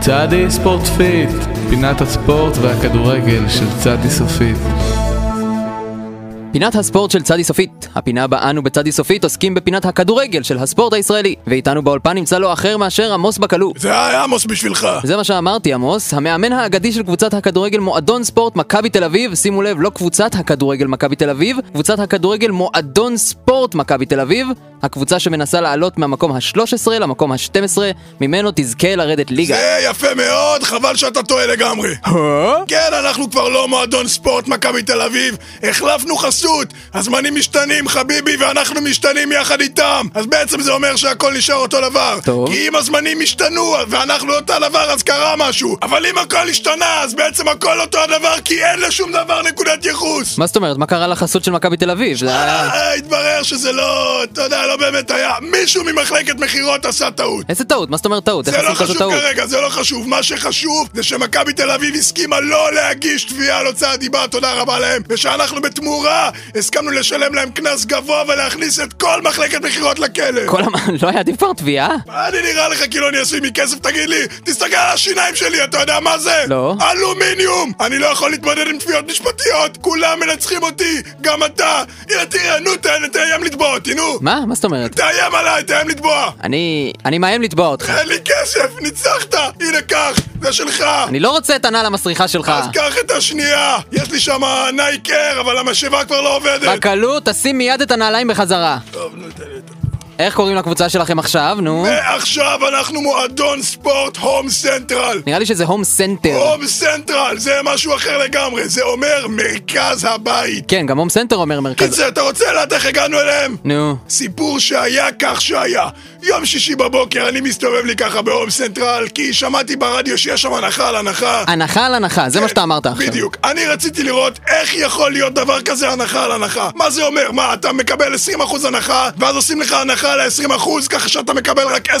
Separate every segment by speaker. Speaker 1: צעדי ספורט פיט, פינת הספורט והכדורגל של צעדי סופית.
Speaker 2: פינת הספורט של צדי סופית. הפינה בה אנו בצדי סופית עוסקים בפינת הכדורגל של הספורט הישראלי. ואיתנו באולפן נמצא לא אחר מאשר עמוס בקלו.
Speaker 3: זה היה עמוס בשבילך.
Speaker 2: זה מה שאמרתי עמוס, המאמן האגדי של קבוצת הכדורגל מועדון ספורט מכבי תל אביב, שימו לב, לא קבוצת הכדורגל מכבי תל אביב, קבוצת הכדורגל מועדון ספורט מכבי תל אביב, הקבוצה שמנסה לעלות מהמקום ה-13 למקום ה-12, ממנו תזכה לרדת ליגה.
Speaker 3: זה אה, יפה מאוד, חבל שאתה טועה לגמרי. כן, אנחנו כבר לא מועדון ספורט מכבי תל אביב, החלפנו חסות, הזמנים משתנים, חביבי, ואנחנו משתנים יחד איתם. אז בעצם זה אומר שהכל נשאר אותו דבר.
Speaker 2: טוב.
Speaker 3: כי אם הזמנים השתנו, ואנחנו אותו דבר, אז קרה משהו. אבל אם הכל השתנה, אז בעצם הכל אותו הדבר, כי אין לשום דבר נקודת ייחוס.
Speaker 2: מה זאת אומרת, מה קרה לחסות של מכבי תל אביב? זה היה...
Speaker 3: אה, התברר שזה לא, אתה יודע, לא באמת היה. מישהו ממחלקת מכירות עשה טעות.
Speaker 2: איזה טעות, מה זאת אומרת טעות? איך
Speaker 3: זה לא
Speaker 2: עושים כזו
Speaker 3: חשוב
Speaker 2: טעות?
Speaker 3: כרגע, זה לא חשוב. מה שחשוב זה שמכבי תל אביב הסכימה לא להגיש תביעה על הוצאת דיבה, תודה רבה להם. ושאנחנו בתמורה הסכמנו לשלם להם קנס גבוה ולהכניס את כל מחלקת מכירות לכלא.
Speaker 2: כל המ... לא היה עדיף כבר תביעה?
Speaker 3: אני נראה לך כאילו אני עשוי מכסף, תגיד לי, תסתכל על השיניים שלי, אתה יודע מה זה?
Speaker 2: לא.
Speaker 3: אלומיניום! אני לא יכול להתמודד עם תביעות משפטיות, כולם מנצחים אותי, גם אתה. הנה תראה, נו, ת- תאיים לתבוע אותי, נו.
Speaker 2: מה? מה זאת אומרת?
Speaker 3: תאיים עליי, תאיים לתבוע.
Speaker 2: אני... אני מאיים לתבוע אותך.
Speaker 3: אין לי כסף, ניצחת! הנה קח, זה שלך!
Speaker 2: אני לא רוצה את הנעל המסריחה שלך.
Speaker 3: אז קח את השנייה! יש לי שם נייק אייר, אבל המשאבה כבר לא עובדת!
Speaker 2: בקלות, תשים מיד את הנעליים בחזרה.
Speaker 3: טוב, נו, תן לי את זה.
Speaker 2: איך קוראים לקבוצה שלכם עכשיו, נו?
Speaker 3: אה. ועכשיו אנחנו מועדון ספורט הום סנטרל!
Speaker 2: נראה לי שזה הום סנטר.
Speaker 3: הום סנטרל! זה משהו אחר לגמרי, זה אומר מרכז הבית!
Speaker 2: כן, גם הום סנטר אומר מרכז...
Speaker 3: קיצר, אתה רוצה לדעת איך הגענו אליהם?
Speaker 2: נו.
Speaker 3: סיפור שהיה כך שהיה. יום שישי בבוקר אני מסתובב לי ככה בהום סנטרל, כי שמעתי ברדיו שיש שם הנחה על הנחה.
Speaker 2: הנחה על הנחה, זה מה שאתה אמרת עכשיו.
Speaker 3: בדיוק. אני רציתי לראות איך יכול להיות דבר כזה הנחה על הנחה. מה זה אומר? מה, אתה מקבל 20% הנחה, ואז עושים לך הנחה על ה-20%, ככה שאתה מקבל רק 10%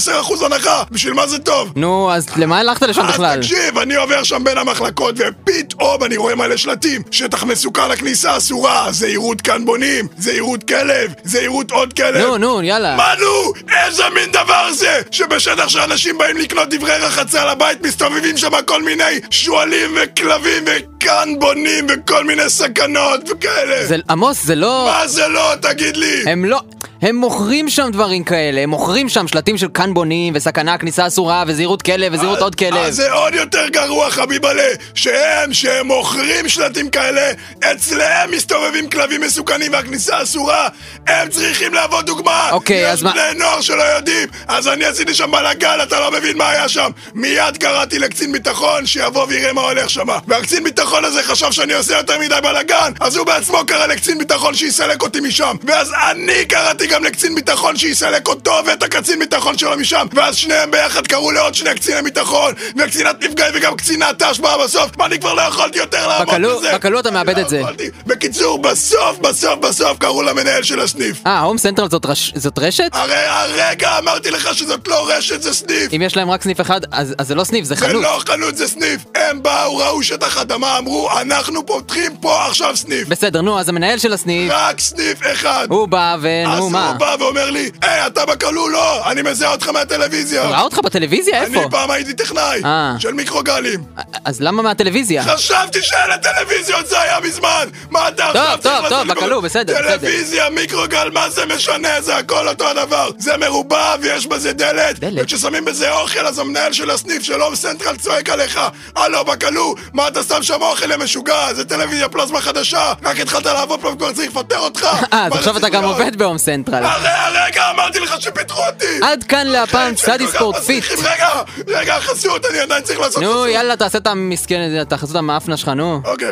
Speaker 3: הנחה? בשביל מה זה טוב?
Speaker 2: נו, אז למה הלכת לשם נכון, בכלל?
Speaker 3: אז אה, תקשיב, אני עובר שם בין המחלקות, ופתאום אני רואה מלא שלטים. שטח מסוכן לכניסה אסורה, זהירות כאן בונים, זהירות כלב, זהירות עוד כלב.
Speaker 2: נו, נו, יאללה.
Speaker 3: מה נו? איזה מין דבר זה? שבשטח שאנשים באים לקנות דברי רחצה לבית מסתובבים שם כל מיני שועלים וכלבים וכאן בונים וכל מיני סכנות וכאלה.
Speaker 2: זה- עמוס, זה לא...
Speaker 3: מה זה לא? תגיד לי.
Speaker 2: הם לא... הם מוכרים שם דברים כאלה, הם מוכרים שם שלטים של כאן בונים, וסכנה, כניסה אסורה, וזהירות כלב, וזהירות עוד כלב.
Speaker 3: אז אה, זה עוד יותר גרוע, חביבלה, שהם, שהם מוכרים שלטים כאלה, אצלם מסתובבים כלבים מסוכנים והכניסה אסורה, הם צריכים להוות דוגמה.
Speaker 2: אוקיי,
Speaker 3: יש
Speaker 2: אז מה-
Speaker 3: בני נוער שלא יודעים, אז אני עשיתי שם בלאגן, אתה לא מבין מה היה שם. מיד קראתי לקצין ביטחון שיבוא ויראה מה הולך שם. והקצין ביטחון הזה חשב שאני עושה יותר מדי בלאגן, אז הוא בעצמו קרא לקצין ביטחון שיסלק אותי משם. ואז אני קראתי גם לקצין ביטחון שיסלק אותו ואת הקצין ביטחון שלו משם. ואז שניהם ביחד קראו לעוד שני קציני ביטחון, וקצינת נפגעים וגם קצינת ת"ש באה בסוף, ואני כבר לא יכולתי יותר לעמוד
Speaker 2: בקלות-
Speaker 3: בזה.
Speaker 2: בקלות אתה מאבד
Speaker 3: לא
Speaker 2: את זה.
Speaker 3: יכולתי. בקיצור, בסוף, בסוף, בסוף קראו למנהל של הסניף.
Speaker 2: אה, הום סנטרל זאת רש- זאת רשת?
Speaker 3: הרי הרגע אמרתי לך שזאת לא רשת, זה סניף!
Speaker 2: אם יש להם רק סניף אחד, אז אז זה לא סניף, זה
Speaker 3: זה
Speaker 2: חנות.
Speaker 3: לא חנות, זה סניף! הם באו, ראו שטח אדמה, אמרו, אנחנו פותחים פה עכשיו סניף!
Speaker 2: בסדר, נו, אז המנהל של הסניף,
Speaker 3: רק סניף אחד!
Speaker 2: הוא בא
Speaker 3: לא- אז
Speaker 2: ונו,
Speaker 3: הוא
Speaker 2: מה?
Speaker 3: בא ואומר לי, היי, אתה בכלול? לא, אני מזהה אותך
Speaker 2: הוא
Speaker 3: מהטלוויזיה!
Speaker 2: ראה אותך בטלוויזיה?
Speaker 3: אני
Speaker 2: איפה?
Speaker 3: פעם הייתי טכנאי,
Speaker 2: אה.
Speaker 3: של מיקרוגלים.
Speaker 2: אז למה מהטלוויזיה?
Speaker 3: חשבתי שאלה טלוויזיות, זה היה מזמן! מה אתה עכשיו
Speaker 2: טוב,
Speaker 3: צריך
Speaker 2: טוב,
Speaker 3: לעשות לי-
Speaker 2: בכלוא, בסדר, בסדר.
Speaker 3: טלוויזיה, מיקרוגל, מה זה משנה? זה הכל אותו הדבר. זה מרובע ויש בזה דלת.
Speaker 2: דלת.
Speaker 3: וכששמים בזה אוכל, אז המנהל של הסניף של הום סנטרל צועק עליך. הלו, בכלוא, מה אתה שם שם אוכל למשוגע? זה טלוויזיה פלזמה חדשה. רק התחלת לעבוד פה וכבר צריך לפטר אותך.
Speaker 2: אה, אז
Speaker 3: מה
Speaker 2: עכשיו
Speaker 3: זה
Speaker 2: אתה גם
Speaker 3: סיפור?
Speaker 2: עובד בהום סנטרל.
Speaker 3: הרי הרגע אמרתי לך שפיטרו אותי!
Speaker 2: עד כאן להפעם
Speaker 3: כן, שהם
Speaker 2: צדי
Speaker 3: כל כך
Speaker 2: ספורט פיט.
Speaker 3: מצליחים. רגע, רגע, החסות, אני עדיין צריך לעשות חסות.
Speaker 2: נו, יאללה, תעשה את המסכן הזה, את החסות המאפנה שלך, נו.
Speaker 3: אוקיי.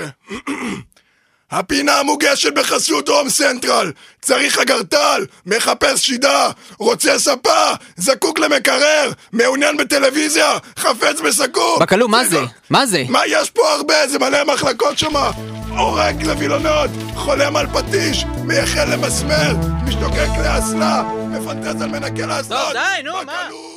Speaker 3: הפינה מוגשת בחסות הום סנטרל. צריך אגרטל, מחפש שידה, רוצה ספה, זקוק למקרר, מעוניין בטלוויזיה, חפץ בסכו"ם.
Speaker 2: בקלו, מה זה? מה זה?
Speaker 3: מה, יש פה הרבה, זה מלא מחלקות שמה. הורג לווילונות, חולם על פטיש, מייחל למסמר, משתוקק לאסלה, מפנטז על מנקה לאסלות.
Speaker 2: טוב, די, נו, מה?
Speaker 3: בקלו.